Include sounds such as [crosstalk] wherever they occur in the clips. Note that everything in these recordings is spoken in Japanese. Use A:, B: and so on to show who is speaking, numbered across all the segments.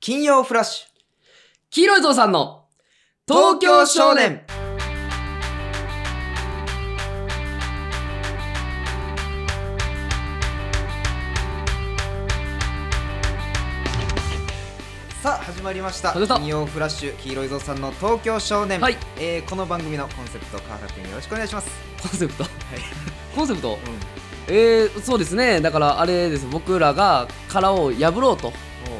A: 金曜フラッシュ
B: 黄色いぞうさんの東京少年
A: さあ始まりました
B: 始まった
A: 金曜フラッシュ黄色いぞうさんの東京少年、
B: はい
A: えーこの番組のコンセプト川原君よろしくお願いします、
B: コンセプト
A: い
B: コンセプトえー、そうですねだからあれです僕らが殻を破ろうと
A: も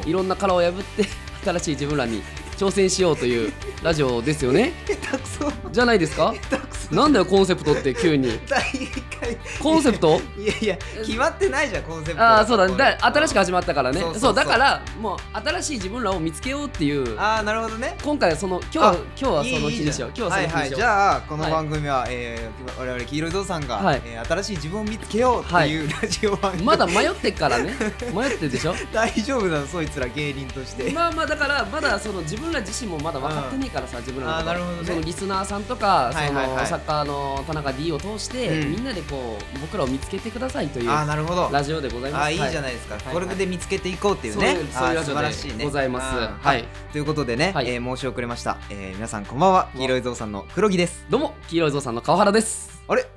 A: う
B: いろんな殻を破って新しい自分らに挑戦しようというラジオですよね
A: 下手くそ
B: じゃないですか
A: 下手くそ
B: なんだよコンセプトって急に
A: 第一回
B: コンセプト
A: [laughs] いやいや決まってないじゃんコンセプト
B: ああそうだねだ新しく
A: あ
B: 始まったからね
A: そ
B: そうう
A: そうそう
B: だからもう新しい自分らを見つけようっていう
A: あーなるほどね
B: 今回はその今日は
A: あ
B: 今日はその日でしょう
A: いいいいじゃ
B: 今
A: ん
B: 日はその
A: はい
B: 日
A: は
B: で
A: い
B: しょう
A: じゃあこの
B: はい
A: 番組は、えー我々黄色いぞうさんが、
B: はい
A: えー新しい自分を見つけようっていうラジオ番組、
B: まだ迷ってっからね迷ってるでしょ
A: [laughs] 大丈夫なのそいつら芸人として、
B: [laughs] まあまあだからまだその自分ら自身もまだ分かってないからさ、自分らのこと
A: あーなるほどね
B: そのリスナーさんとか、
A: はいはいはい
B: そのサッカーの田中 D を通して、
A: うん
B: みんなでこう僕らを見つけてくださいという
A: ああなるほど
B: ラジオでございます
A: あーいいじゃ
B: な
A: ないですか、
B: はい
A: これで見つけていこうっていうね
B: そういうそういう
A: あー
B: ラジ
A: 素晴らし
B: オ
A: いね
B: でございます、
A: あー
B: はい
A: ということでね、
B: はい
A: えー申し遅れました、えー皆さんこんばんは黄色いぞうさんの黒木です
B: どうも黄色いぞうさんの川原です
A: あれ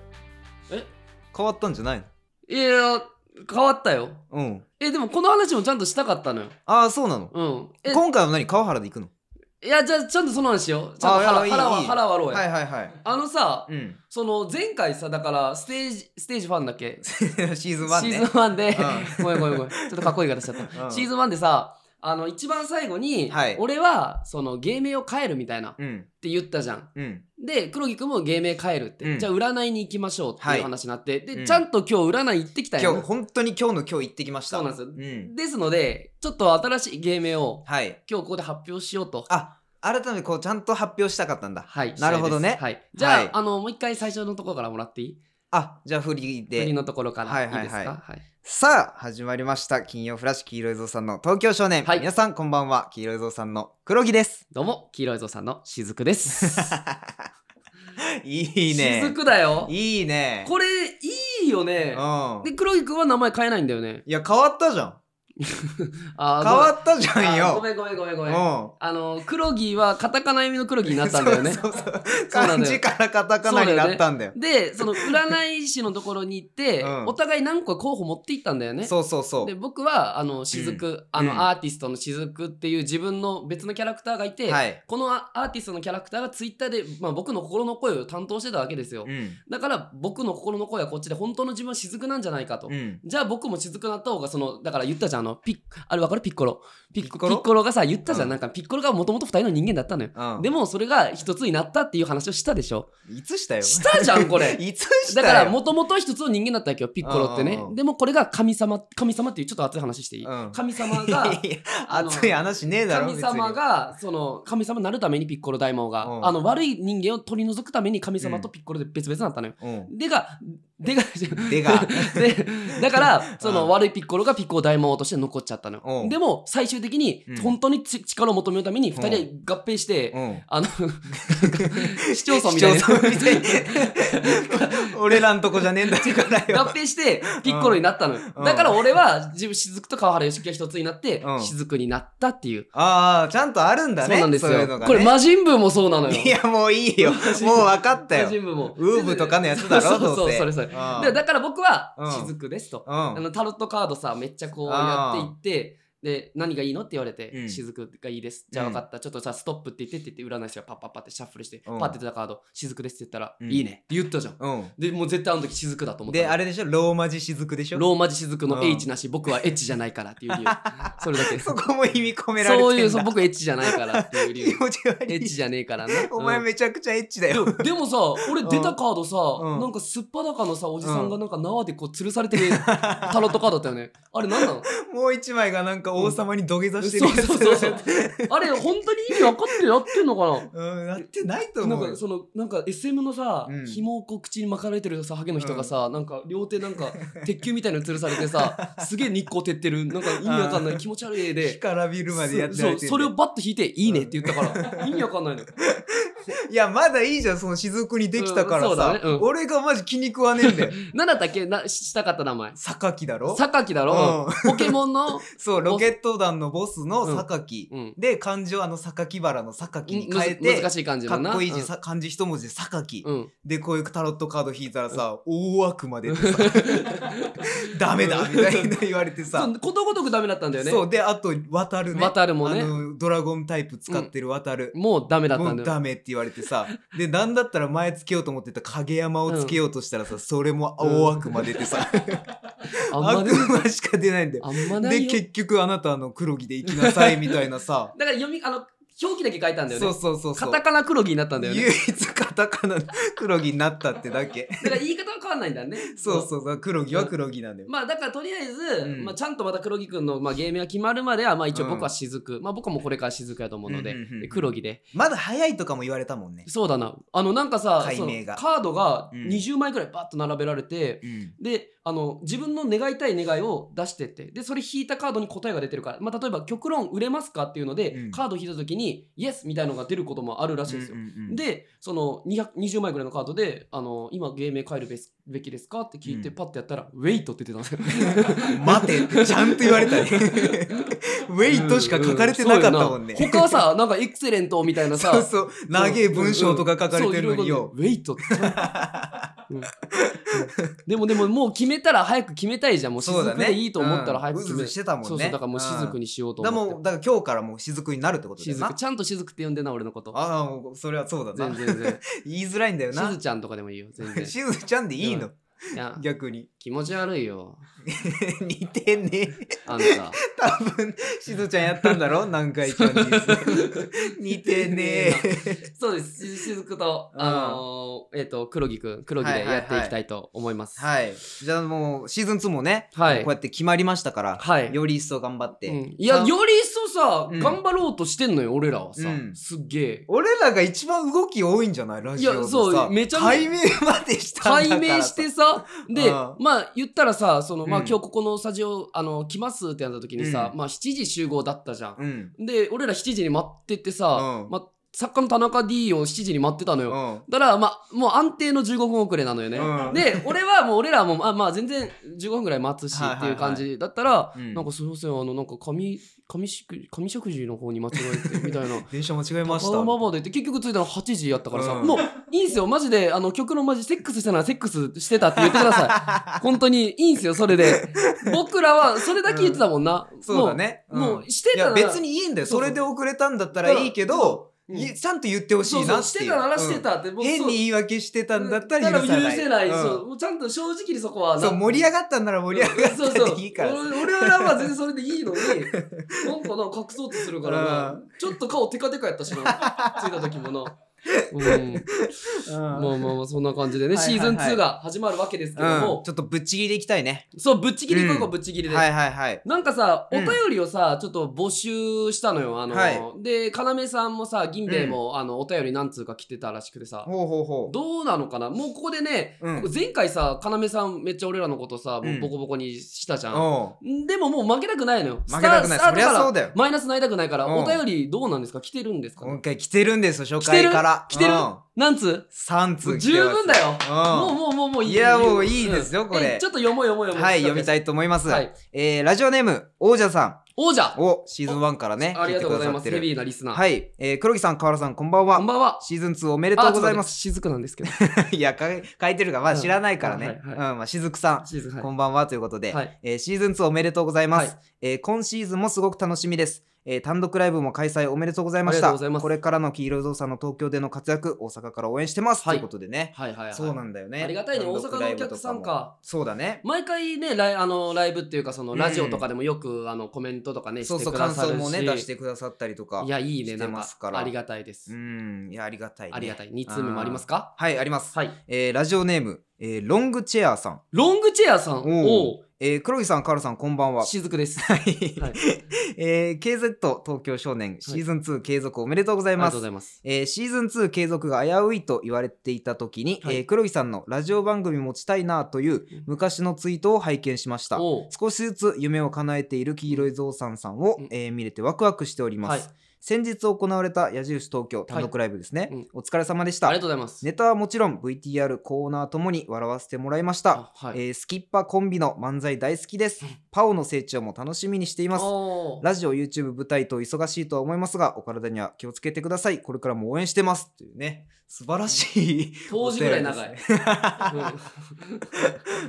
B: え
A: 変わったんじゃないの
B: いや変わったよ
A: うん
B: えでもこの話もちゃんとしたかったのよ
A: ああそうなの
B: うんえ
A: 今回は何川原で行くの
B: いやじゃあちゃんとその話しようちゃんと
A: あ
B: 腹
A: いやいい
B: 腹はい
A: い
B: 腹割ろうや、
A: はいはいはい
B: あのさ、
A: うん [laughs]
B: その前回さだからステージステージファンだっけ
A: シーズン1
B: シ
A: ね
B: ーズン1で、ごめんごめんごめんちょっとかっこいい言い方しちゃった、
A: うん
B: シーズン1でさあの一番最後に、
A: はい
B: 俺はその芸名を変えるみたいなっ
A: うん
B: て言ったじゃん
A: うん
B: で黒木君も芸名変えるって、
A: うん
B: じゃあ占いに行きましょうって
A: はいいう
B: 話になって、で、
A: うん
B: ちゃんと今日占い行ってきた
A: 今
B: よ、
A: 日本当に今日の今日行ってきました
B: そうなんですよ
A: ん
B: ですのでちょっと新しい芸名を
A: はい
B: 今日ここで発表しようと
A: あ改めてこうちゃんと発表したかったんだ
B: はい
A: なるほどね
B: したいですはい、じゃあ,、
A: はい
B: あのもう一回最初のところからもらっていい
A: あじゃあフリーで
B: 国のところから、
A: はい
B: い
A: はいいはい
B: ですか、はい、
A: さあ始まりました金曜フラッシュ黄色いぞうさんの東京少年、
B: はい
A: 皆さんこんばんは黄色いぞうさんの黒木です [laughs]
B: どうも黄色いぞうさんのしずくです
A: いいね
B: しずくだよ
A: いいね
B: これいいよね
A: うん
B: で黒木君は名前変えないんだよね
A: いや変わったじゃん
B: あ
A: 変わったじゃんよ
B: ごめんごめんごめんご
A: う
B: め
A: ん
B: んあの黒木はカタカナ読みの黒木になったんだよ
A: [laughs]
B: ね
A: そうそうそう
B: そうなんだ
A: 漢字
B: よ
A: からカタカナになったんだよ
B: でその占い師のところに行って、
A: うん
B: お互い何個か候補持っていったんだよね
A: そうそうそう
B: で僕はあの雫、あ
A: うん
B: のアーティストの雫っていう自分の別のキャラクターがいて、
A: はい
B: このアアーティストのキャラクターがツイッターで、まあ、僕の心の声を担当してたわけですよ、
A: うん
B: だから僕の心の声はこっちで本当の自分は雫なんじゃないかと、
A: うん
B: じゃあ僕も雫なった方がそのだから言ったじゃんあのピッあれわかるピッコロピッ
A: ピッ
B: コ
A: コ
B: ロ
A: ロ
B: ピッコロがさ言ったじゃ
A: う
B: ん、
A: ん
B: なんかピッコロがもともと2人の人間だったのよ、
A: うん
B: でもそれが一つになったっていう話をしたでしょ
A: いつしたよ
B: したじゃ
A: [laughs]
B: んこれ
A: いつした
B: だ
A: よ
B: からもともと一つの人間だったわけよピッコロって
A: う
B: ね、
A: んうんうん
B: でもこれが神様神様っていうちょっと熱い話していい、
A: うん
B: 神様が
A: [laughs] いや
B: あの
A: 熱い話ねえだろ
B: 神様がその神様になるためにピッコロ大魔王が、
A: うん
B: あの悪い人間を取り除くために神様とピッコロで別々になったのよ、
A: 別にうん
B: でがでが
A: [laughs] でが
B: [laughs] でだからその
A: うん
B: 悪いピッコロがピッコロ大魔王として残っちゃったの
A: うん
B: よでも最終的に
A: うん
B: 本当にち力を求めるために2人は合併して
A: うん [laughs]
B: あの市町村みたいな
A: 市町村みたい
B: [laughs]
A: に俺らんとこじゃねえんだから
B: 合
A: よ
B: 併してピッコロになったのよ
A: うん
B: だから俺は自分雫と川原良樹が一つになって
A: うん
B: 雫になったっていう
A: ああちゃんとあるんだ
B: そう
A: ね
B: なんです
A: そうい
B: よ
A: うのがね
B: これ魔人ブーもそうなのよ
A: いやもういいよもう分かった
B: 魔
A: よ
B: 人ブーも
A: ウーブとかのやつだろ
B: そう
A: ど
B: そうう
A: せ
B: それそれ
A: うん
B: でだから僕は
A: うん
B: 雫ですと
A: うん
B: あのタロットカードさめっちゃこうやっていってで何がいいのって言われて、
A: うん
B: 雫がいいですじゃあ分かった、ちょっとさストップって言ってって言って占い師がパッパッパってシャッフルして、
A: うん
B: パッて出たカード雫ですって言ったら、
A: うん
B: いいねって言ったじゃん
A: うん
B: でもう絶対あの時雫だと思ったの
A: であれでしょローマ字雫でしょ
B: ローマ字雫
A: う
B: の
A: ん
B: H なし、僕は H じゃないからっ
A: [laughs]
B: ていう理由それだけ
A: そこも意味込められてんだ
B: そういうそう僕 H じゃないからっていう
A: [laughs]
B: 理
A: 気
B: 由
A: 持ち悪い
B: H じゃねえからな
A: [laughs] お前
B: うん
A: めちゃくちゃエッチだよ、
B: ででもさ俺出たカードさ、
A: うん
B: なんかすっぱだかのさおじさんがなんか縄でこう吊るさ
A: [laughs]
B: れてるタロットカードだったよねあれ何なの
A: もう一枚がなんか王様に土下座してる
B: そう
A: やつ、
B: そうそうそう。 [laughs] あれ、本当に意味分かってやってんのか
A: うん、やってないと
B: なな
A: 思うんよ
B: か、その、なんか SM のさ
A: うん、
B: 紐をこう口に巻かれてるさ、ハゲの人がさ、なんか両手なん
A: [laughs]
B: か、鉄球みたいなの吊るされてさ、すげえ日光照ってる、なんか意味わかんな
A: あ
B: い気持ち悪い絵
A: 干
B: で。
A: からびるまでやってら
B: そ
A: れ
B: う
A: て
B: それを
A: る
B: バッと引いて「いいね」って言ったから、意味わかんないの
A: いや、まだいいじゃん、その雫にできたから
B: うんそうだ
A: さ
B: ね。うん
A: 俺がマジ気に食わねえんだ
B: [laughs]
A: よ。
B: 何だったっけなししたかった名前
A: 榊だろ
B: 榊だろ、ポケモンの、
A: そう、ロケット団のボス
B: う
A: の
B: ん
A: 榊。
B: うん、
A: で、漢字をあの榊原の榊に変え
B: むず
A: て、
B: 難しい感じ
A: か
B: のな
A: っこいい字、さ漢字一文字で榊。
B: うん、うん
A: で、こういうタロットカード引いたらさ、大悪魔で
B: [laughs]
A: さ、ダメだみたいな言われて
B: そ
A: さ。
B: うことごとくダメだったんだよね
A: そう、で、あと、渡るね。
B: 渡るもね
A: あの、ドラゴンタイプ使ってる渡る。
B: もうダメだった
A: も
B: ん
A: う
B: だよ
A: ダメって言われてさで何だったら前つけようと思ってた影山をつけようとしたらさ、それも青悪魔出てさ、
B: あんま
A: 悪
B: ね
A: 魔しか出ないんだよ。
B: あんまな
A: で
B: いよ
A: 結局あなたあの黒木で行きなさいみたいなさ
B: だから読みあの表記だけ書いたんだよね
A: そうそうそうそ
B: カ
A: う
B: タカナ黒木になったんだよね
A: 唯一カタカナ黒木になったってだけ
B: だから言い方は変わんないんだね
A: そうそうそう黒木は黒木なんだよ、
B: まあだからとりあえず、
A: うん
B: まあ、ちゃんとまた黒木くんの、まあ、ゲームが決まるまでは、まあ、一応
A: うん
B: 僕は雫、まあ僕はもうこれから雫やと思うの
A: う
B: で,、
A: んうんうんうん
B: で黒木で
A: まだ早いとかも言われたもんね、
B: そうだなあのなんかさ
A: 解明が
B: そのカードが
A: うん
B: 20枚くらいバッと並べられて、
A: うん
B: であの自分の願いたい願いを出してってでそれ引いたカードに答えが出てるから、まあ、例えば「極論売れますか?」っていうので、
A: うん
B: カード引いた時に「イエス」みたいのが出ることもあるらしいですよ、
A: うんうんうん
B: でその200 20枚ぐらいのカードで「あの今芸名変えるべすべきですか?」って聞いて
A: うん
B: パッてやったら「ウェイト」って出
A: [laughs]
B: たんですよ。
A: 待てってちゃんと言われたねウェイトしか書かれてなかったもんね、
B: うそうやな他はさなんか「エクセレント」みたいなさ
A: そうそう長い文章とか書かれてるのによ
B: そういろいろウェイトって、うんうんでもでももう決めたら早く決めたいじゃんもう
A: そうだ
B: 雫
A: ね
B: でいいと思ったら早く
A: うんう
B: 決
A: ずう
B: め
A: ずしてたもんね
B: そうそうだからもう雫
A: に
B: にしようと
A: だから
B: 思っ
A: もう
B: て
A: だから今日からもう雫になるってことだよ
B: 雫
A: な
B: ちゃんと雫って呼んでな俺
A: [laughs]
B: のこと
A: ああもうそれはそうだ
B: 全
A: な
B: 然全
A: [laughs]
B: 然
A: 言いづらいんだよ
B: し
A: な
B: ずちゃんとかでもいいよ全然
A: しずちゃんでいいの
B: いや
A: 逆に [laughs]
B: 気持ち悪いよ
A: 似てねえ
B: あんた
A: 多分しずちゃんやったんだ
B: [laughs]
A: ろ何回チャンス似てねえ
B: そうです。ししずくと、
A: うん
B: あのーえっ、と、黒木くん、黒木でやっていきたいと思います。
A: はいじゃあもうシーズン2もね
B: は
A: こ
B: い。
A: うやって決まりましたから
B: はい。
A: より一層頑張って
B: うんいや、
A: さ
B: より一層さ、
A: うん
B: 頑張ろうとしてんのよ、俺らはさ。
A: うん
B: すっげえ。
A: 俺らが一番動き多いんじゃないラジオのさ
B: いやそうめちゃめ
A: 解明までしたんだ
B: 解
A: から
B: 明してさ、で、
A: うん
B: まあ言ったらさ、その、まあ
A: うん
B: 今日ここのスタジオ、あの、来ますってなった時にさ、
A: うん
B: まあ7時集合だったじゃん。
A: うん
B: で、俺ら7時に待っててさ、
A: うん
B: まあ作家の田中 D を7時に待ってたの
A: う
B: よ。
A: ん
B: だから、まあ、もう安定の15分遅れなのよね。
A: うん
B: で、俺はもう、俺らはもう、あまあ、全然15分ぐらい待つし
A: はい
B: っ
A: はい
B: て
A: はい
B: いう感じだったら、
A: うん
B: なんかすいません、あの、なんか紙、紙しく、紙食事の方に間違えて、みたいな。
A: 電車間違え [laughs] ま
B: わ
A: した
B: がままでって結局着いたの8時やったからさ、
A: うん
B: もういいんすよマジであの曲のマジセックスしたならセックスしてたって言ってく
A: [laughs]
B: ださい本当にいいんすよそれで僕らはそれだけ言ってたもんな、
A: そうだね
B: もう,、も
A: ん
B: うして
A: い
B: た
A: や
B: なら
A: 別にいいんだよ
B: そ
A: そ
B: うそう
A: れで遅れたんだったらいいけど、
B: うん
A: いちゃんと言ってほし
B: そう
A: い
B: そ
A: な
B: う
A: っ
B: してて
A: いう
B: たならしてたって、
A: うん
B: 僕
A: 変に言い訳してたんだったら許さ
B: だから
A: な
B: 許
A: い
B: せない、
A: うん
B: そうもうちゃんと正直にそこは
A: そう盛り上がったんなら盛り上
B: そう
A: が
B: そ
A: っ
B: う
A: たでいいからさ
B: 俺俺らは全然それでい
A: [laughs]
B: いのになんかな隠そうとするから
A: う
B: なちょっと顔テカテカ
A: [laughs]
B: やったしなついた時もな。うん、まあ
A: うん
B: まあまあそんな感じでね
A: はいはい
B: シー
A: はい
B: ズン2が始まるわけですけども、
A: うんちょっとぶっちぎりでいきたいね
B: そうぶっちぎり行こうか
A: うん
B: ぶっちぎりで、
A: はいはいはい
B: なんかさお
A: うん
B: 便りをさ、ちょっと募集したのよあの、
A: はい
B: で要さんもさ銀兵衛も、あのお便り何通か来てたらしくてさ
A: ほうほうほう
B: どうなのかなもうここでね、
A: うん
B: 前回さ要さんめっちゃ俺らのことさ、もううんボコボコにしたじゃん、
A: お
B: でももう負けたくないのよ。
A: 負けたくない
B: スター
A: そりゃ
B: スタートから
A: そうだよ
B: マイナスになりたくないから、
A: うん
B: お便りどうなんですか来てるんですか、
A: 今回来てるんですよ初
B: 来て
A: 回
B: る
A: から
B: 来て
A: う
B: る、
A: ん
B: なんつ
A: 三通来
B: 十
A: てます
B: 分だよ、もう
A: うん
B: もうもうもう
A: いやもういいですよ
B: うん
A: これ
B: えちょっと読もう読もう読もう。
A: はい読みた
B: い。
A: いと思います、
B: はい。
A: えーラジオネーム王者さ
B: 王者
A: んをシーズン1からね
B: ありがとうございま
A: 聞
B: す。
A: てくださってる
B: ヘビーなリスナー。
A: はい、えー、黒木さん、河原さん、こんばんは。
B: こんばんは。
A: シーズン2おめ
B: あ
A: でとうございます。
B: す。しずくなんですけど。
A: [laughs] いやか、書いてるが、まあ
B: うん
A: 知らないからね。
B: は
A: う
B: い
A: ん、
B: は
A: まあ、しずくさん、
B: しずく、はい。
A: こんばんはということで、
B: はい
A: えーシーズン2おめでとうございます。
B: は
A: えー今シーズンもすごく楽しみです。えー単独ライブも開催おめでとうございまし
B: ありがと
A: た。
B: うございます
A: これからの黄色いぞうさんの東京での活躍、大阪から応援してます。
B: はい
A: ということでね、
B: はいはいはい。
A: そうなんだよね。
B: ありがたいね
A: 単独
B: 大阪のお
A: ライブと
B: 客さん
A: も
B: か。
A: そうだね。
B: 毎回ねライあのライブっていうかその
A: うん
B: ラジオとかでもよく、あのコメントとかね
A: そう
B: し
A: そ
B: て
A: う、
B: くだ
A: 感
B: さるし
A: 想もね、出してくださったりとか。
B: いやいいね
A: して
B: なん
A: ま
B: か
A: すから
B: ありがたいです、
A: うん、いや、ありがたい、ね。
B: ありがたい2通目もありますか
A: はい、あります。
B: はい
A: えーラジオネーム、えーロングチェアーさん。
B: ロングチェアさん
A: お
B: を
A: えー黒木さん、カールさん、こんばんは。
B: しずくですあ
A: はい
B: はい
A: [laughs] えー KZ 東京少年シーズン2継続おめでとうござい
B: りが
A: ま
B: と
A: す。
B: うございます
A: えーシーズン2継続が危ういと言われていた時に、
B: はい
A: えー黒木さんのラジオ番組持ちたいなという昔のツイートを拝見しました。
B: おう
A: 少しずつ夢を叶えている黄色いゾウさんさんを、
B: うん
A: えー見れてワクワクしております。
B: は
A: 先日行われた矢印東京単独ライブですね、
B: うん
A: お疲れ様でし
B: あ
A: た
B: りがとうございます。
A: ネタはもちろん VTR コーナーともに笑わせてもらいました、
B: あはい。
A: えースキッパコンビの漫才大好きですパオの成長も楽しみにしています
B: おー
A: ラジオ YouTube 舞台と忙しいとは思いますがお体には気をつけてくださいこれからも応援してますというね素晴らしい
B: 当時ぐらい長
A: [laughs] い
B: い。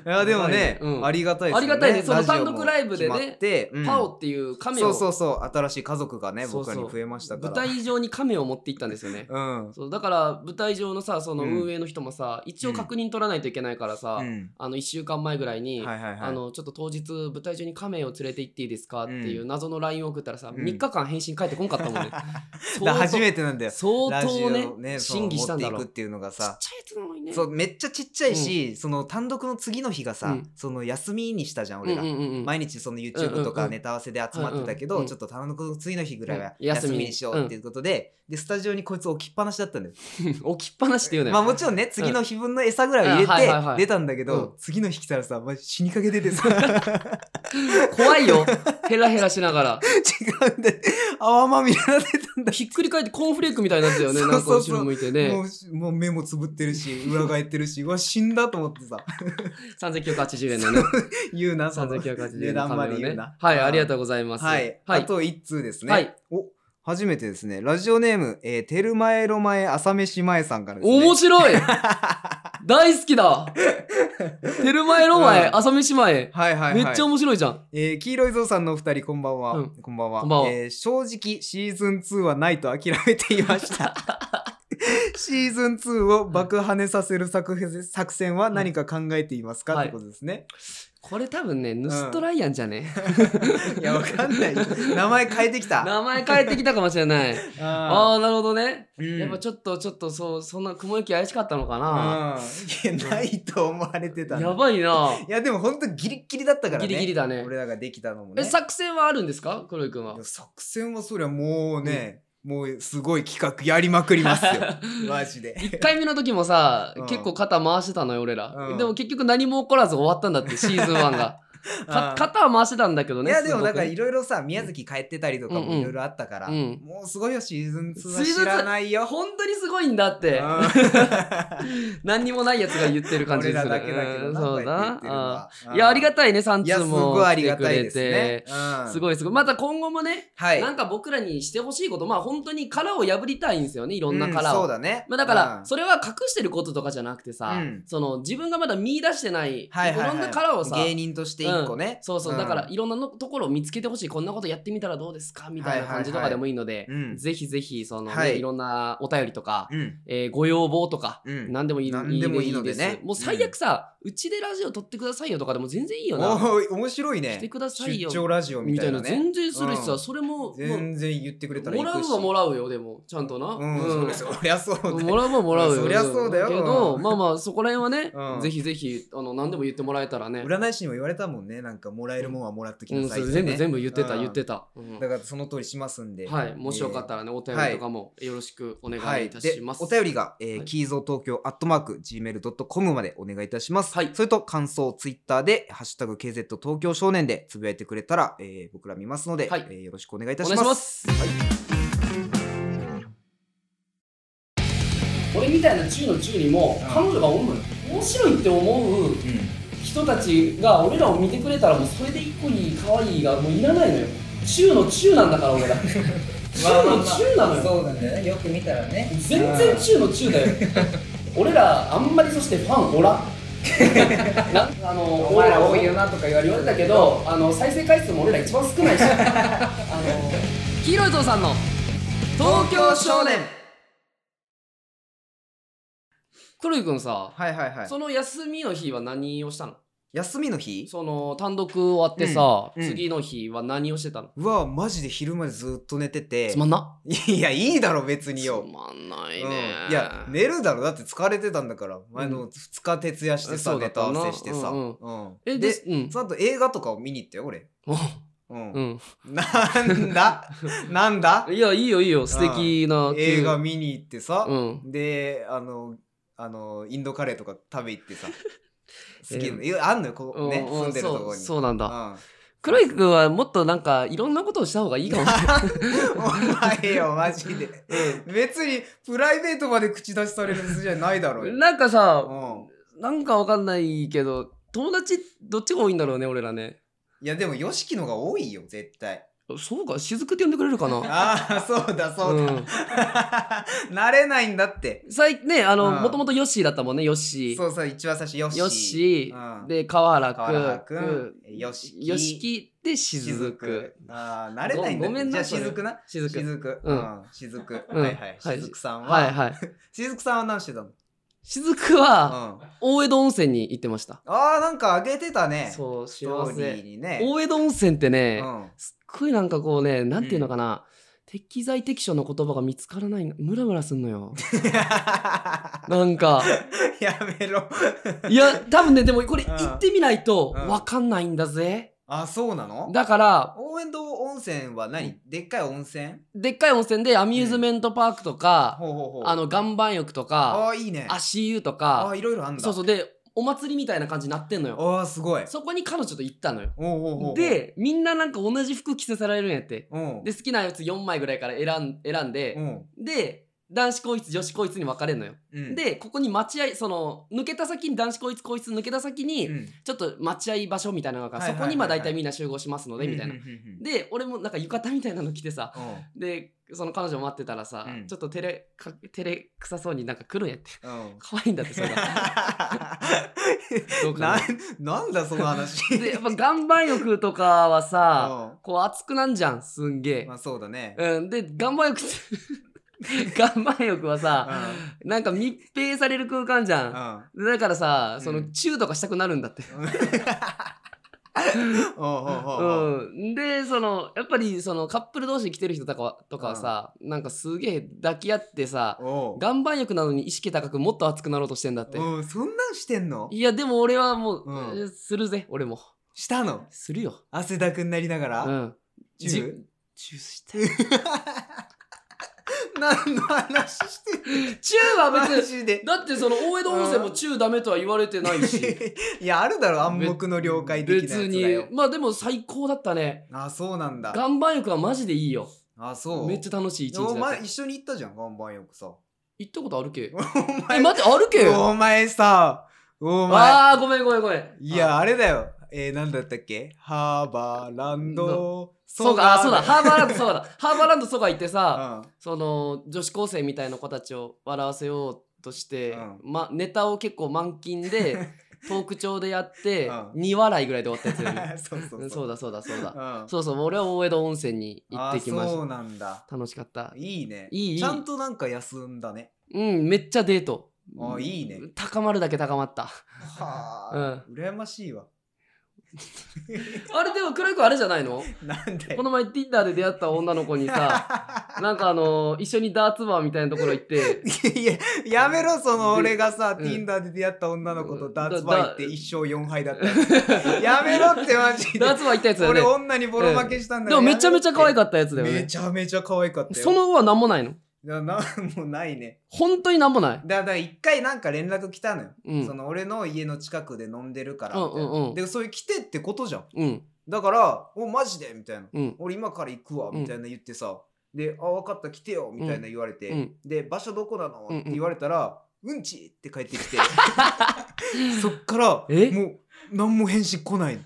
A: やでもね、
B: 長いねうん
A: ありがたいですよね
B: ありがたいねその
A: ラジオも
B: 単独ライブで
A: 決
B: ね
A: まって、
B: う
A: [laughs] うんん
B: パオっていう亀
A: そ
B: を
A: うそうそう新しい家族がね
B: そうそ
A: 僕
B: う
A: らに増えましたから
B: 舞台上に亀を持って行ったんですよね。
A: うん
B: そうだから舞台上のさその
A: うん
B: 運営の人もさ、一応確認取らないといけないからさ、
A: うん
B: あの1週間前ぐらいに、
A: はいはいはい
B: あのちょっと当日舞台上に亀を連れて行っていいですかっていうう謎の LINE を送ったらさ、
A: うん
B: 3日間返信返ってこんかった
A: [laughs]
B: もんね
A: だから
B: 相当
A: 初めてなんだよ
B: 相
A: ラジオ
B: 当ね
A: をねその
B: 審議したんだ
A: 持
B: ろ
A: っていうくっていうのが
B: ちっ
A: さ
B: ちゃいやつなのにね
A: そうめっちゃちっちゃいし、その単独の次の日がさ、
B: うん
A: その休みにしたじゃん
B: うん
A: 俺
B: うん
A: ら、
B: うんうん
A: 毎日その YouTube と
B: うんうんう
A: か
B: ん
A: ネタ合わせで集まってたけど、
B: うんうんうん
A: ちょっと単独の次の日ぐらいは
B: うん休
A: 休
B: み
A: みにしようっていうことで、でスタジオにこいつ置きっぱなしだったんだよ
B: 置きっぱなしっていうね、
A: まあもちろんね次の日分の餌ぐらいは
B: うんはいはい
A: 入
B: は
A: れて
B: い
A: 出たんだけど、
B: う
A: 次の日来たらさ、まあ、死にかけててさ [laughs]
B: 怖いよヘラヘラしながら
A: 違うんだよ泡まみれになってたんだ
B: ひっくり返ってコーンフレークみたいになってたよね
A: そう
B: な
A: そ
B: ん
A: う
B: か
A: そう
B: 後ろ向いてね
A: もうもう目もつぶってるし裏返ってるしうわ死んだと思ってさ
B: 3980円のね
A: 言うなその
B: 3980
A: 値
B: 円の
A: 段まで
B: 亀を
A: 言う
B: ね
A: な
B: はいありがと
A: う
B: うございます
A: はい、
B: は
A: あ
B: い
A: と一通ですね、
B: はい
A: お初めてですねラジオネーム、えー、テルマエロマエ朝飯前さんからですね
B: 面
A: [laughs]
B: 白い大好きだテルマエロマエ、
A: うん
B: 朝飯前
A: はいはい、は
B: め
A: い、
B: っちゃ面白いじゃん
A: えー黄色いぞうさんのお二人こんばんは、
B: うん
A: こんばんは
B: こんばんは
A: えー正直シーズン2はないと諦めていました
B: [laughs]
A: シーズン2を爆跳ねさせる作戦作戦は何か考えていますか、
B: はい
A: ってことですね、
B: これ多分ねヌストライアンじゃね、 [laughs]
A: い、やわかんない名前変えてきた
B: 名前変えてきたかもしれないあ
A: あ
B: あーなるほどね、
A: ー、うん
B: やっぱちょっとちょっとそうそんな雲行き怪しかったのかな、
A: うんいやないと思われてたんだ
B: やばいな、
A: い [laughs] やでも本当ギリッギリだったからね
B: ギリギリだね
A: 俺らができたのもね
B: え作戦はあるんですか黒井君はい
A: や作戦はそりゃもうね、もうすごい企画やりまくり
B: [laughs]
A: ますよマジで
B: 1回目の時もさ、
A: うん
B: 結構肩回してたのよ俺ら、
A: うん
B: でも結局何も起こらず終わったんだってシーズン1が
A: [laughs]
B: か
A: あー
B: 肩は回してたんだけど
A: い
B: ね
A: やでも
B: すご
A: だ
B: く
A: からいろいろさ宮崎帰ってたりとか
B: うん
A: も
B: うん
A: いろいろあったから、
B: うん
A: もうすごいよシーズン2は
B: シーズン
A: 知
B: ツー
A: らないよ
B: 本当にすごいんだって
A: うん
B: 何にもないやつが言ってる感じ
A: 俺
B: する
A: らだけだけど
B: うん
A: な
B: そ
A: こ
B: う
A: うやって言ってるの
B: だ
A: は
B: うんいやありが
A: た
B: たいね3
A: いや
B: 通
A: す
B: も
A: ごいあ
B: 来
A: り
B: て
A: が
B: く
A: たいで
B: れて
A: すね、うん
B: すごいすごいまた今後もね、
A: はい
B: なんか僕らにしてほしいことまあ本当に殻を破りたいんですよねいろんな
A: う
B: 殻
A: ん
B: を、
A: そうだね、
B: まあ、だから
A: うん
B: それは隠してることとかじゃなくてさ、
A: うん
B: その自分がまだ見出してないい
A: はいはいはい、
B: ろんな殻をさ
A: 芸人として一個ね、
B: そうそう、
A: ん
B: だからいろんなのところを見つけてほしいこんなことやってみたらどうですかみたいな感じとかでもいいので、
A: うん
B: ぜひぜひその、ね
A: はい
B: い、ろんなお便りとか、
A: うん
B: えーご要望とか、
A: うん
B: 何でもいい
A: 何でもいいのでね
B: すもう最悪さ、うちでラジオ撮ってくださいよとかでも全然いいよな、
A: おー面白い
B: 来て
A: ね
B: ください
A: 出
B: よ
A: 張ラジオみ
B: み
A: た
B: た
A: い
B: い
A: な
B: な
A: ね
B: 全然するしさ、
A: うん
B: それも
A: 全然言ってくれた
B: も
A: ら行
B: もらう
A: くし
B: はもらうよでもちゃんとな、
A: うん、そりゃそうだよ
B: もらうはもらうよ
A: そりゃそうだよ
B: けどまあまあそこら辺はね、
A: うん
B: ぜひぜひあの何でも言ってもらえたらね、
A: 占い師にも言われたもんねなんかもらえるもんはもらっとき
B: う、
A: なんさい
B: そ
A: っ
B: う
A: て、ね
B: 全部全部言ってた
A: うん
B: 言ってた、うん
A: だからその通りしますんでは
B: はい、もしよかったらね、お便りとかもよろしくお願
A: はい
B: いいたします。
A: でお便りが、えー
B: はい
A: キーゾー東京アットマーク Gmail.com までお願いいたします、
B: はい
A: それと感想をツイッターで「ハッシュタグ #KZ 東京少年」でつぶやいてくれたら、えー僕ら見ますので、
B: はい
A: えーよろしくお願いいた
B: お
A: し
B: 願
A: ま
B: い
A: す
B: します。
A: はい
B: 俺みたいな中の中にも、
A: うん
B: 彼女が思うのよ面白いって思う人たちが俺らを見てくれたらもうそれで一個いい可愛いがもういらないのよ中の中なんだから [laughs] 俺ら中の中なのよ
A: うなんだよねよく見たらね
B: 全然中の中だよ
A: [laughs]
B: 俺らあんまりそしてファンおらんなんあの
A: なとか言
B: 言われたけどあの再生回数も俺ら一番少な
A: [laughs]
B: いしあの黄色いぞさんの東京少年黒井君さ、
A: はいはいはい
B: その休みの日は何をしたの
A: 休みの日
B: その単独終わってさ、
A: うんうん
B: 次の日は何をしてたの、
A: うわマジで昼までずっと寝てて
B: つまんない
A: やいいだろ別に
B: つ
A: よ
B: まんな
A: うん
B: いね、
A: いや寝るだろだって疲れてたんだから前
B: う
A: の2日徹夜して
B: そ
A: さ
B: う
A: ネ
B: だった
A: タ
B: な
A: 合わせしてさ
B: うん
A: うん
B: えで
A: です
B: うん
A: その後映画とかを見に行ったよ俺
B: も
A: う
B: ううんん
A: なん
B: [laughs]
A: だなんだ
B: いやいいよいいよ素敵な
A: 映画見に行ってさ
B: うん
A: であのあのインドカレーと
B: [laughs]
A: か食べ行ってさ好きなのいやあんのよこうね
B: うう
A: 住んでるところに
B: そうそうなんだ
A: うん
B: 黒井君はもっとなんかいろんなことをした方がいいか
A: [laughs]
B: もしれない。
A: お前よ、マジで。別に、プライベートまで口出しされるはずじゃないだろうよ。
B: なんかさ、
A: うん。
B: なんかわかんないけど、友達どっちが多いんだろうね、俺らね。
A: いや、でも、ヨシキのが多いよ、絶対。
B: そうか、雫って呼んでくれるかな。
A: [laughs] ああ、そうだ、そうだ。
B: ん。
A: 慣れないんだって。
B: 最ね、あの、
A: うん
B: もともとヨッシーだったもんね、ヨッシー。
A: そうそう、一番最初、ヨシキ。
B: ヨッシ
A: う
B: ー。
A: ん
B: で、川
A: 川原
B: 原
A: く
B: く
A: ん
B: ん。、
A: ヨシキ。
B: ヨシキで雫
A: 雫。ああ、慣れないんだ
B: ごごめんな
A: じゃあ、
B: それ
A: 雫な。
B: 雫。
A: 雫。
B: うん
A: うん。雫。
B: うん
A: はいはい。
B: はい
A: 雫さん
B: はい
A: は、
B: はい。
A: 雫さんは何してたのうん。
B: 雫は、
A: あ
B: 大江戸温泉に行ってました。
A: あ、なんかあげてたね。
B: そう、
A: ストー
B: 幸
A: リ
B: せ
A: ー。にね。
B: 大江戸温泉ってね、
A: うん。
B: すっごいなんかこうね、なんていうのかな、適材適所の言葉が見つからないの、ムラムラすんのよ。 [laughs] なんか、
A: [laughs] やめろ。
B: いや、多分ね、でもこれ
A: うん
B: 行ってみないと
A: うん
B: わかんないんだぜ。
A: あ、そうなの
B: だから、
A: 応援堂温泉は何でっかい温泉
B: でっかい温泉でアミューズメントパークとか、
A: ほうほうほう。
B: あの、岩盤浴とか、
A: あーいいね。
B: 足湯と
A: あ
B: か
A: ー、いろいろあんだ。
B: そうそう、で、お祭りみたいな感じになってんのよ。
A: ああ、すごい。
B: そこに彼女と行ったのよ。
A: おうおうおうおう、
B: で、みんななんか同じ服着せされるんやって。
A: うん、
B: で、好きなやつ4枚ぐらいから選ん選んで
A: う、ん、
B: で、男子こいつ、女子こいつに分かれるのよ。
A: うん、
B: でここに待合その抜けた先に男子こいつこいつ抜けた先に、
A: うん、
B: ちょっと待合場所みたいなのがあるから、
A: はいはいはいはい
B: そこにまあ大体みんな集合しますので、みたいな
A: うん。うんうんうん
B: で俺もなんか浴衣みたいなの着てさ
A: うん
B: でその彼女待ってたらさ、
A: うん
B: ちょっと照れか照れくさそうになんか来るんやって
A: うん
B: 可愛いんだってそ
A: [laughs]
B: れがどうか
A: な
B: な
A: なんだその話
B: でやっぱ岩盤浴とかはさ
A: うん
B: こう熱くなんじゃんすんげえ
A: ま、あそうだね、
B: うん、で岩盤浴って [laughs] 岩盤浴は
A: うんう
B: さ
A: ん
B: なんか密閉される空間じゃん [laughs] でだからさ、そうの
A: ん
B: チューとかしたくなるんだって。
A: [laughs] おうおうおうおう
B: うん、でそのやっぱりそのカップル同士で来てる人とかはとかはさ、なんかすげえ抱き合ってさ
A: おう
B: 岩盤浴なのに意識高くもっと熱くなろうとしてんだって。
A: おうそんなんしてんの
B: いやでも俺はもう、
A: うん
B: えするぜ俺も
A: したの
B: するよ。
A: 汗だくになりながら、
B: うん。
A: チュー
B: じチューして。
A: [laughs] 何の話してんの
B: チューは
A: マ
B: 別に
A: ジで
B: だってその大江戸温泉もチューダメとは言われてないし。
A: いやあるだろ [laughs] 暗黙の了解的なやつだよ
B: 別にまあでも最高だったね。
A: あそうなんだ
B: 岩盤浴はマジでいいよ。
A: あそう
B: めっちゃ楽しい一日だ
A: お
B: った。
A: 前一緒に行ったじゃん岩盤浴さ
B: 行ったことあるけ
A: お
B: え、
A: 前
B: 待って、あるけよ
A: お前さお前
B: あー、ごめんごめんごめん。
A: いや、あれだよえー、なんだったっけハーバーランド
B: そうか、あ、そうだ、
A: [laughs]
B: ハーバーランド、そうだ、ハーバーランド、そうか行ってさ、
A: だ
B: その、女子高生みたいな子たちを笑わせようとして
A: うん、
B: ま、ネタを結構満勤で、
A: [laughs]
B: トーク調でやって
A: うん、
B: 2笑いぐらいで終わったやつよ
A: うん [laughs] そうそう
B: ね。
A: そ
B: そううだ、そうだ、そうだ。
A: うん
B: そうそう、俺は大江戸温泉に行ってきま
A: あ
B: し
A: そ
B: た。
A: うなんだ
B: 楽しかった。
A: いいね
B: いいいい
A: ちゃんとなんか休んだね
B: うん、めっちゃデート。
A: あいいね
B: 高まるだけ高まった。
A: はあ、羨ましいわ [laughs]
B: あれ、でも、黒井君あれじゃないの
A: なんで [laughs]
B: この前 Tinder で出会った女の子にさなんかあの一緒にダーツバーみたいなところ行って
A: いや、やめろ、その
B: で
A: 俺がさ、
B: うん
A: Tinder で出会った女の子と
B: うん
A: ダーツ
B: だ
A: バー行って
B: だ
A: 一生4敗だった [laughs] やつ。やめろってマジ [laughs] で
B: ダー。ツバー行ったやつだよ
A: 俺
B: ね
A: 女にボロ負けしたんだ
B: でもめちゃめちゃ可愛
A: っ
B: かったやつだよ
A: め
B: ね
A: ちゃめちゃ可愛かったよ。
B: その後は何もないの
A: な、なんもないね。
B: 本当に何もない
A: だだから一回なんか連絡来たのよ。
B: うん
A: その俺の家の近くで飲んでるからみたいな。
B: うんうんうん
A: で、そういう来てってことじゃん。
B: うん
A: だから、お、マジでみたいな。
B: うん
A: 俺今から行くわみたいな言ってさ、で「あ分かった来てよ」みたいな言われて、
B: うん
A: で「場所どこなの?」
B: うんうん
A: って言われたら「うんち!」って帰ってき
B: [laughs]
A: てそっから
B: え
A: もう何も返信来ないの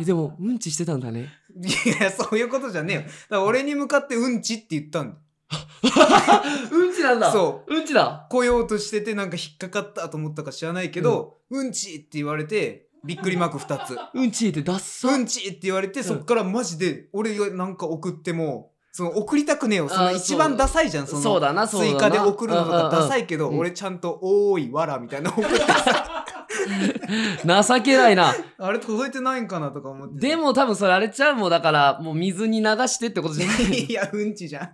B: えでもうんちしてたんだね
A: いやそういうことじゃねえよだから俺に向かって「うんち」って言ったん
B: うんちなん
A: だ
B: だ
A: そう
B: うんちだ
A: 来ようとしててなんか引っかかったと思ったか知らないけど「うん、ち!」って言われてびっくりマーク2つ
B: うんちってダッ
A: 「
B: サ
A: うんち!」って言われてそっからマジで俺がなんか送ってもその送りたくねえよその
B: あー
A: 一
B: そ
A: 番
B: う
A: ダサいじゃんその
B: そうだなそうだ
A: 追
B: な
A: 加で送るのとかダサ
B: い
A: いけど、
B: うん
A: 俺ちゃんと「おーいわら」みたいなの送って
B: [laughs] 情けないな
A: あれ届いてないんかなとか思って
B: でも多分それあれちゃうもうだからもう水に流してってことじゃない
A: [laughs] いやうんちじゃん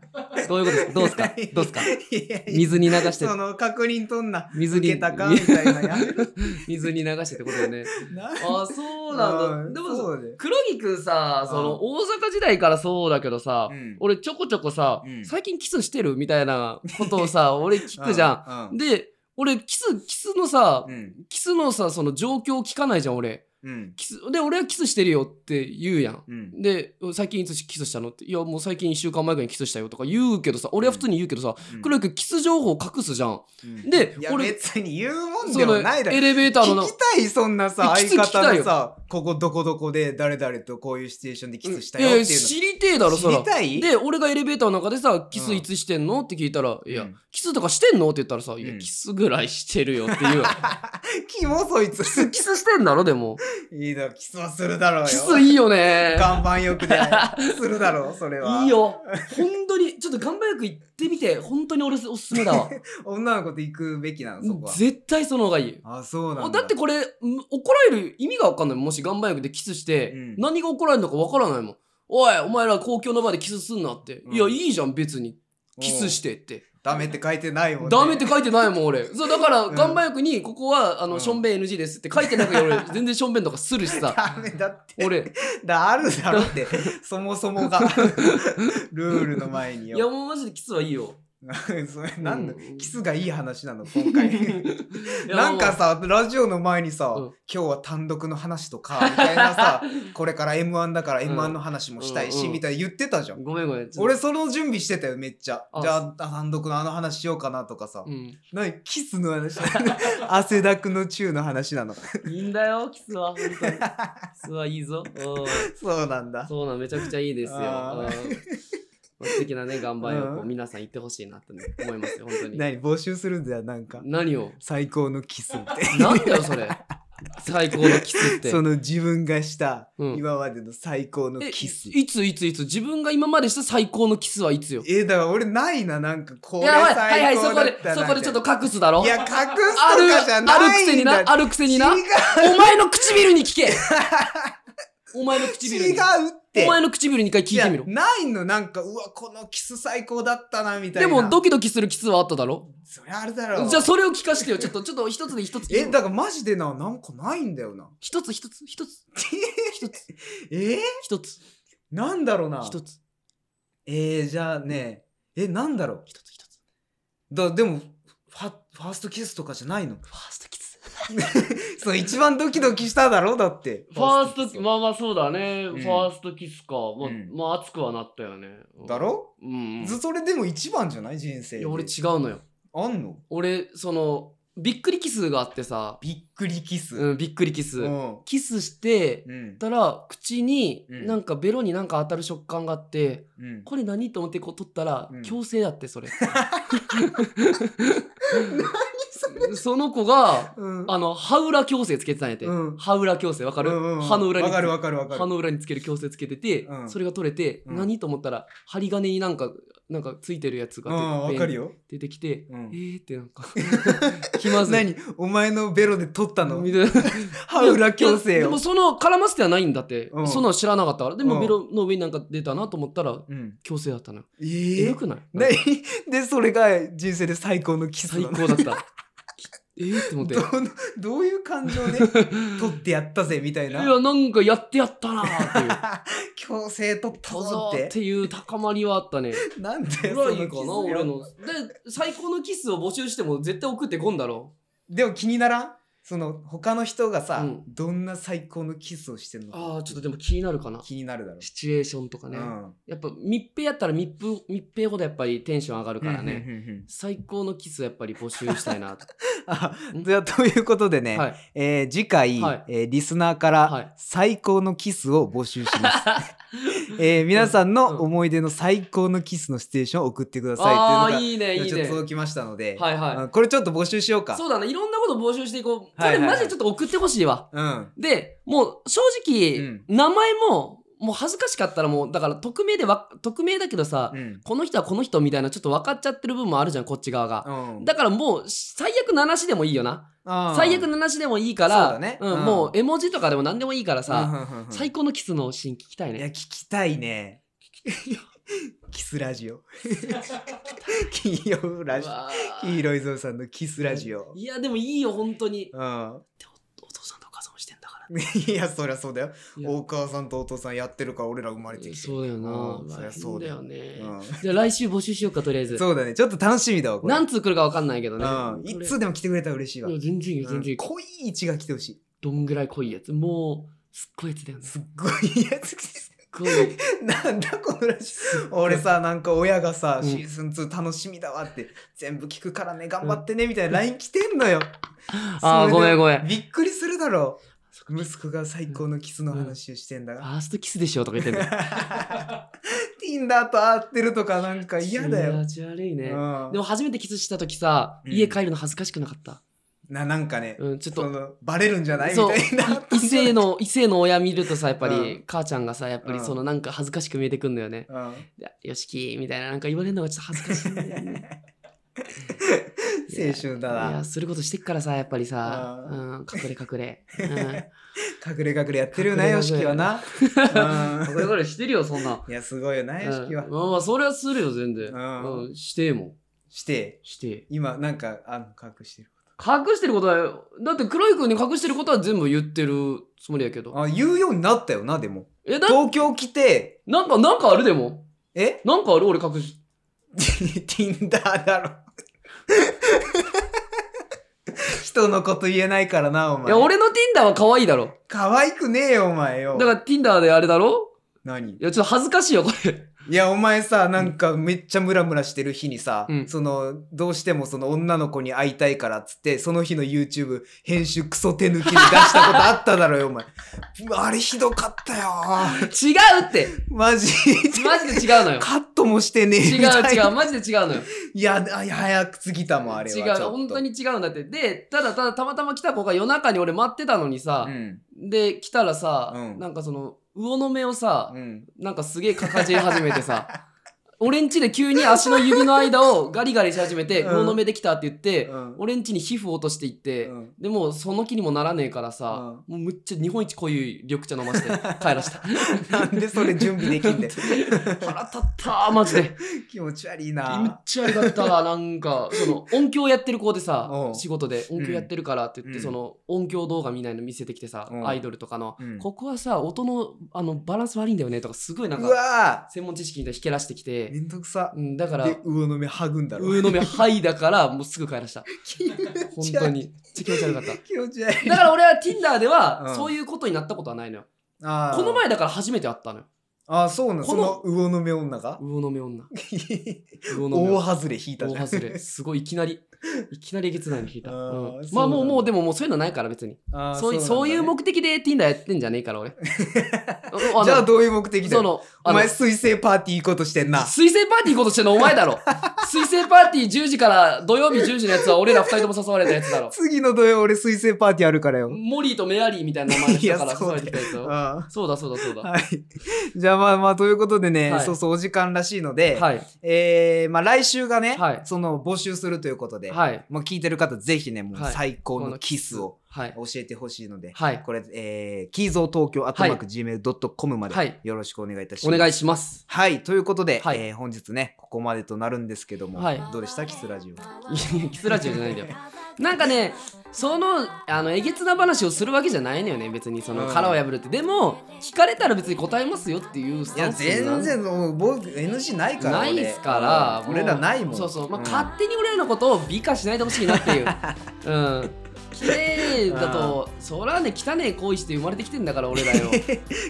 B: どういうことですどうですかどうですか
A: [laughs] いやいや
B: 水に流して
A: その確認取んな
B: 水
A: 受
B: に
A: けたかみた
B: [laughs]
A: いなやめろ
B: 水に流してってことよね
A: な
B: あそうなんだ。でも
A: そ
B: さ
A: うだよ
B: 黒木くんさ、そ
A: うん
B: の大阪時代からそうだけどさ、
A: うん
B: 俺ちょこちょこさ、
A: うん
B: 最近キスしてるみたい
A: [laughs]
B: なことをさ、俺聞くじゃん。
A: ん
B: で、俺キス、キスのさ
A: う、ん
B: キスのさ、その状況を聞かないじゃん、俺。
A: うん
B: キスで俺はキスしてるよって言うやん
A: うん
B: で最近いつキスしたのっていやもう最近1週間前ぐらいにキスしたよとか言うけどさ俺は普通に言うけどさ黒木君キス情報隠すじゃん
A: うん
B: で
A: いや
B: 俺
A: 別に言うもん
B: そ
A: で
B: の
A: もないだろ
B: エレベーターの
A: 聞
B: な
A: きたいそんなさ
B: キス
A: 相
B: 聞きた
A: 方
B: い
A: の
B: よ
A: さここどこどこで誰々とこういうシチュエーションでキスしたよっ
B: い
A: てい
B: や
A: うの
B: 知りてえだろそ
A: 知
B: ら
A: りたい
B: で俺がエレベーターの中でさ「キスいつしてんの?」って聞いたら「い
A: う
B: や、
A: ん
B: キスとかしてんの?」って言ったらさ「いや
A: うん
B: キスぐらいしてるよ」っていう
A: キモそいつ [laughs]
B: キスキスしてんだろでも
A: いいだろキスはするだろうよ
B: キスいいよね
A: 岩盤浴でするだろうそれはい
B: [laughs] いよ本当にちょっと頑張よく行ってみて本当に俺おすすめだわ
A: 女の子と行くべきなのそこは
B: 絶対その方がいい
A: あそうな
B: だ
A: んだ
B: ってこれん怒られる意味が分かんないもし岩盤浴でキスして、
A: うん
B: 何が怒られるのか分からないもんおいお前ら公共の場でキスすんなって、
A: うん
B: いやいいじゃん別に
A: おう
B: キスしてって
A: ダメって書いてないもんね
B: ダメって書いてないもん俺そうだから
A: うん
B: 岩盤浴にここはあ
A: う
B: の
A: ん
B: しょんべん NG ですって書いてなくて俺全然しょんべんとかするし
A: [laughs]
B: さ
A: ダメだって
B: 俺
A: だあるだろ
B: [laughs]
A: ってそもそもがルールの前に
B: いや
A: よ
B: もうマジでキスはいいよ
A: [laughs] それなんだ
B: うん
A: キスがいい話なの今
B: [laughs]
A: 回
B: いや
A: なんか
B: も
A: さラジオの前にさ、
B: うん
A: 今日は単独の話とかみたいな
B: [laughs]
A: さこれから m 1だから m 1の話もしたいし、
B: うんうん
A: みたいな言ってたじゃん
B: うごめんごめんちょっ
A: 俺その準備してたよめっちゃ
B: あ
A: じゃあ単独のあの話しようかなとかさ
B: と、うん、
A: 何キスの話 [laughs] 汗だくの中の話なの
B: いいんだよキスは本
A: [laughs]
B: 当にキスはいいぞうん
A: そうなんだ
B: そうなんめちゃくちゃいいですよ
A: あー
B: うんまあ素敵なね岩盤浴を
A: うん
B: 皆さん行ってほしいなってね思いますよ本当に
A: 何募集するんだよなんか
B: 何を
A: 最高のキスって
B: [laughs] なんだよそれ最高のキスって
A: その自分がした
B: うん
A: 今までの最高の
B: え
A: キス、
B: いついついつ自分が今までした最高のキスはいつよ
A: えだから俺ないななんかこ
B: い
A: れ
B: やはいは
A: 最
B: いはいそ
A: 高
B: こ
A: だ
B: で
A: ったな
B: そこでちょっ
A: み
B: と隠すだろ
A: たいないや隠す
B: あ
A: とかじゃ
B: るある
A: な
B: く
A: い
B: せに
A: ん
B: な
A: だ
B: あるくせになお前の唇に
A: [laughs]
B: 聞けお前の
A: 違う
B: 唇
A: 違う
B: に
A: って
B: お前の唇に一回聞いてみろ
A: やないのなんかうわこのキス最高だったなみたい
B: で
A: な
B: もドキドキするキスはあっただろ
A: それあるだろう
B: じゃあそれを聞かせてよちょっとちょっと一つで一つ
A: えだからマジでななんかないんだよな
B: 一つ一つ一つ一つ
A: えー、
B: 一つ
A: なんだろうな
B: 一つ
A: えー、じゃあねえなんだろう
B: 一つ一つ
A: だでもファファーストキスとかじゃないの
B: ファーストキス
A: その一番ドキドキしただろうだって
B: ファ
A: キ
B: ース
A: ス
B: トまあまあそうだね、
A: うん
B: ファーストキスかまあ、
A: うん
B: まあ熱くはなったよねうん
A: だろ、
B: うんうん
A: ずそれでも一番じゃない人生
B: い
A: で
B: や俺違うのよ
A: あんの
B: 俺そのびっくりキスがあってさ、
A: びっくりキス
B: うん、びっくりキス、
A: うん
B: キスして
A: うん
B: たら口に
A: うん
B: なんかベロになんか当たる食感があって、
A: うん
B: これ何と思ってこう取ったら
A: うん
B: 強制だってそれその子が
A: うん
B: あの歯裏矯正つけてたんやて、
A: うん
B: 歯裏矯正わかる、
A: うんうんうん
B: 歯の裏に
A: わかるわかるわかる
B: 歯の裏につける矯正つけてて、
A: うん
B: それが取れて、
A: うん
B: 何と思ったら針金になんかなんかついてるやつが
A: うんわかるよ
B: 出てきて、
A: うん
B: えーってなんか [laughs] 気まずい
A: 何お前のベロで取ったの
B: みたいな
A: 歯裏矯
B: いや
A: 正
B: で
A: を
B: もその絡ませてはないんだって、
A: うん
B: そんなの知らなかったからで
A: う
B: も
A: ん
B: ベロの上になんか出たなと思ったら
A: うん
B: 強制だったのよ
A: え
B: え
A: ー
B: ぐ、くない
A: ね、 [laughs] でそれが人生で最高のキス
B: 最
A: なの
B: 高だった [laughs] きえーって思ってい
A: どのどういう感情
B: [laughs]
A: で取ってやったぜみたいな
B: やなんかやってやったな
A: [laughs]
B: ーっていう
A: 強制取った
B: 小
A: ぞ
B: 僧
A: っ
B: ってていう高まりはあったね
A: なんだよ
B: ぐらいか
A: そのキス
B: な
A: よ
B: 俺ので最高のキスを募集しても絶対送ってこんだろ
A: でも気にならんその他の人がさ、
B: うん
A: どんな最高のキスをしてんのか
B: ああちょっとでも気になるかな
A: 気になるだろ
B: シチュエーションとか
A: う
B: ね、
A: うん
B: やっぱ密閉やったら密封密閉ほどやっぱりテンション上がるからね、
A: うんうんうんうん
B: 最高のキスやっぱり募集したいなと
A: あ
B: ん
A: じゃあ [laughs] ということで [laughs] ね、
B: はい
A: えー次回、
B: はい
A: えーリスナーか
B: は
A: ら
B: い
A: 最高のキスを募集し
B: [laughs]
A: ます、えー皆さんの
B: うん
A: 思い出の最高のキスのシチュエーションを送ってください
B: あ
A: っていうのが
B: あいいねいい
A: ちょっ
B: ね
A: と届きましたので、
B: はいは
A: うんこれちょっと募集しようか
B: いそうだねいろんなこと募集していこうこ
A: はい
B: れ
A: はいはい
B: マジでちょっと送ってほしいわ
A: うん
B: でもう正直、
A: うん
B: 名前ももう恥ずかしかったらもうだから匿名でわ匿名だけどさ、
A: うん
B: この人はこの人みたいなちょっと分かっちゃってる部分もあるじゃんこっち側が、
A: うん
B: だからもう最悪7しでもいいよな
A: あー
B: 最悪7しでもいいか
A: そう
B: ら
A: だね
B: うん
A: うん
B: もう絵文字とかでも何でもいいから
A: うん
B: さ、
A: うんうんうん
B: 最高のキスのシーン聞きたい
A: いや
B: ね
A: 聞きたい
B: [laughs]
A: ねキスラジオ [laughs] 金曜ラジオ黄
B: 色
A: 色いぞうさんのキスラジオ
B: いやでもいいよ本当に
A: うん
B: お父さんとお母さんもしてんだから
A: いやそりゃそうだよ
B: いや
A: お母さんとお父さんやってるから俺ら生まれてきて
B: そうだよ
A: うん
B: な
A: そりゃ
B: 大
A: そ
B: 変
A: う
B: だ
A: だよ
B: よね
A: う
B: じゃあ来週募集しようかとりあえず [laughs]
A: んそうだねちょっと楽しみだわこれ
B: 何通来るか分かんないけどね
A: うんいつでも来てくれたら嬉しいわ
B: いや全然いいよ全然いい
A: うん濃い位置が来てほしい
B: どんぐらい濃いやつもうすっごいやつだよ
A: [laughs]
B: ねす
A: すっごいやつ
B: っごい
A: なんだこのラジオ俺さなんか親がさ、
B: うん
A: シーズン2楽しみだわって全部聞くからね頑張ってねみたいな LINE 来てんのよ、
B: [laughs] あー
A: それで
B: ごめんごめん
A: びっくりするだろ
B: そっか
A: う息子が最高のキスの話をしてんだ
B: フ
A: が、
B: ァーストキスでしょとか言ってんだよ
A: [laughs] Tinder と会ってるとかなんか嫌だ
B: 気
A: よ、
B: 持ち悪いね
A: うん
B: でも初めてキスした時さ
A: うん
B: 家帰るの恥ずかしくなかった
A: ななんかね、
B: うんちょっ
A: そ
B: と
A: のバレるんじゃないみ
B: そう
A: たい [laughs] な
B: 異性の異性の親見るとさやっぱ
A: う
B: り母ちゃんがさやっぱり
A: うん
B: そのなんか恥ずかしく見えてくんのよね
A: うん
B: でよしきみたいななんか言われるのがちょっと恥ずかしいんだよね
A: 青春 [laughs] だ
B: いや
A: な
B: そういうことしてっからさやっぱりさ、
A: あ
B: うん、隠れ隠れ、
A: [laughs]
B: う
A: 隠れ隠れやってるよな
B: 隠れ隠れ
A: よしきはな、
B: ん、
A: う、
B: 隠れ隠れしてるよそんなん
A: いやすごいよなよしきは、
B: うんまあまあそれはするよ全然、
A: うん
B: うん、してえもん
A: して
B: して
A: 今なんかあの隠してる
B: 隠してることはだって黒井君に隠してることは全部言ってるつもりやけど
A: あ言うようになったよなでも
B: えな
A: 東京来て
B: なんかなんかあるでも
A: え [laughs]
B: なんかある俺隠し
A: Tinder だろ [laughs] 人のこと言えないからなお
B: い
A: 前
B: や俺の Tinder は可愛いだろ
A: 可愛くねえよお前よ
B: だから Tinder であれだろ
A: 何
B: いやちょっと恥ずかしいよこれ
A: いやお前さなんかめっちゃムラムラしてる日にさ、
B: うん
A: そのどうしてもその女の子に会いたいからっつってその日の YouTube 編集クソ手抜きに出したことあっただろよお前 [laughs] あれひどかったよ
B: 違うって
A: [laughs] マ
B: [laughs]
A: ジ
B: マジで違うのよ
A: カットもしてねえみ
B: 違
A: たいな [laughs]
B: う違うマジで違うのよ
A: いや、あいや早く過ぎたもん、あれは。
B: 違
A: ちょっ
B: う
A: と
B: 本当に。違うんだってでただただたまたま来た子が夜中に俺待ってたのにさ
A: う、ん。
B: で来たらさ、
A: うん
B: なんかその魚の目をさ、
A: うん。
B: なんかすげえかかじり始めてさ俺んちで急に足の指の間をガリガリし始めて
A: うん
B: 魚の目できたって言って、
A: うん
B: 俺んちに皮膚落としていって、
A: うん
B: でもうその気にもならねえからさ、もうむっちゃ日本一濃い緑茶飲まして
A: [laughs]
B: 帰らした
A: なんでそれ準備できんで
B: 腹立ったーマジで
A: 気持ち悪い
B: めっ
A: な。
B: ちゃありがったわなんかその音響やってる子でさ
A: うん
B: 仕事で音響やってるからって言って、
A: うん
B: その音響動画みたいの見せてきてさ、
A: うん
B: アイドルとかの、
A: うん
B: ここはさ音のあのバランス悪いんだよねとかすごいなん
A: う
B: か
A: わ
B: 専門知識みたいなひけらしてき
A: ぁめ
B: て、
A: んどくさ
B: う。ん、だから
A: で、魚の目はぐんだろ。
B: 上の目はいだからもうすぐ帰らした
A: 気持
B: 本
A: ち
B: 当
A: 悪い。
B: にめっちゃ気持ち悪
A: [laughs]
B: かった
A: 気持ち悪い。
B: だから俺は Tinder で
A: う
B: は
A: ん
B: そういうことになったことはないのよ、
A: あー
B: この。前だから初めて会ったのよ
A: あー、そうなの。
B: こ
A: そ
B: の
A: の魚の目女が
B: 魚の目女魚の目女
A: 大外れ引いたじゃ
B: 大
A: ん。
B: 外れ。すごいいきなりいきなりえげつないの引いた、
A: あ
B: う
A: ー
B: ん
A: そう
B: まあ
A: なんだ
B: もうもうでももうそういうのないから別に
A: あー
B: そういうそうい
A: な
B: う
A: んだね
B: 目的で Tinder やってんじゃねえか
A: [laughs]
B: ら俺あの
A: じゃあどういう目的だ
B: そ
A: よ。
B: のあ
A: お
B: の
A: 前、水星パーティー行こうとしてんな。
B: 水星パーティー行こうとしてんのお前
A: [laughs]
B: だろ水星パーティー10時から土曜日10時のやつは俺ら2人とも誘われたやつだろ
A: 次の土曜俺水星パーティーあるからよ。
B: モリーとメアリーみたいな名前の人か
A: い
B: ら
A: や
B: 誘
A: そう
B: わ
A: だ
B: れ
A: よ
B: てきたやつだろ
A: あー
B: そうだそうだそうだは
A: はい。 [laughs] じゃあまあまあ、ということでね、
B: はい
A: そうそう、お時間らしいので、
B: いはい
A: えー、まあ来週がね、
B: はい
A: その募集するということで、
B: はい
A: もう聞いてる方ぜひね、もう
B: はい
A: 最高のキスを
B: はい
A: 教えてほしいので、
B: はい
A: これ、えー、キーゾー東京、アットマーク、gmail.com ま
B: はい
A: でよろしくお願いいたし
B: お
A: ます。
B: 願いします
A: はい、ということで、
B: はい
A: えー本日ね、ここまでとなるんですけども、
B: はい
A: どうでしたキスラジオ。
B: い [laughs] やキスラジオじゃないんだよなんかねそのあのえげつな話をするわけじゃないのよね別にその
A: うん
B: 殻を破るって、でも聞かれたら別に答えますよっていうス
A: い
B: タ
A: や、
B: ンスな
A: 全然、もう僕、NG ないから。
B: ないっすからもう
A: 俺俺らないもん。
B: そうそう、まあ
A: ん
B: 勝手に俺らのことを美化しないでほしいなっていう
A: [laughs]
B: うん綺麗だとそらね汚ねえ行為して生まれてきてんだから俺らよ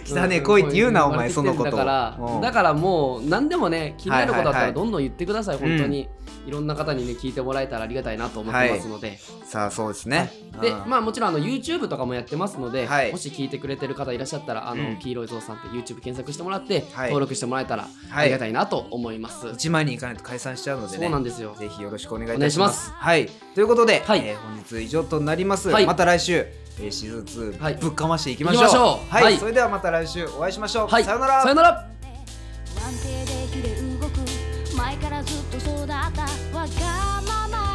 A: 汚ねえ恋って言うな、
B: ん
A: お前、そ
B: 生ま
A: のこ
B: れてきてん
A: と。
B: だから、
A: うん
B: だからもう何でもね気になることだった
A: はいはい
B: ら
A: はい
B: どんどん言ってください、本当に、いろんな方にね聞いてもらえたらありがたいなと思ってますので、
A: さあ、そうですね。
B: で
A: うん
B: まあもちろんあの YouTube とかもやってますので、
A: はい
B: もし聞いてくれてる方いらっしゃったらあの、
A: うん
B: 黄色いぞうさんって YouTube 検索してもらって、
A: はい
B: 登録してもらえたらありがたいなと思います、
A: 1万人いかないと解散しちゃうのでね
B: そうなんですよ
A: ぜひよろしくお願いい
B: お願
A: た
B: いし
A: し
B: ま
A: ますすはいということで、
B: はい
A: えー本日以上となります、
B: はい
A: また来週、えー、シーズン2、
B: はい
A: ぶっかましていきましょう
B: いきましょう
A: はい、
B: はい
A: それではまた来週お会いしましょう、
B: はい
A: さよなら
B: さよなら
C: 不安定で揺れ動く前からずっとそうだったわがまま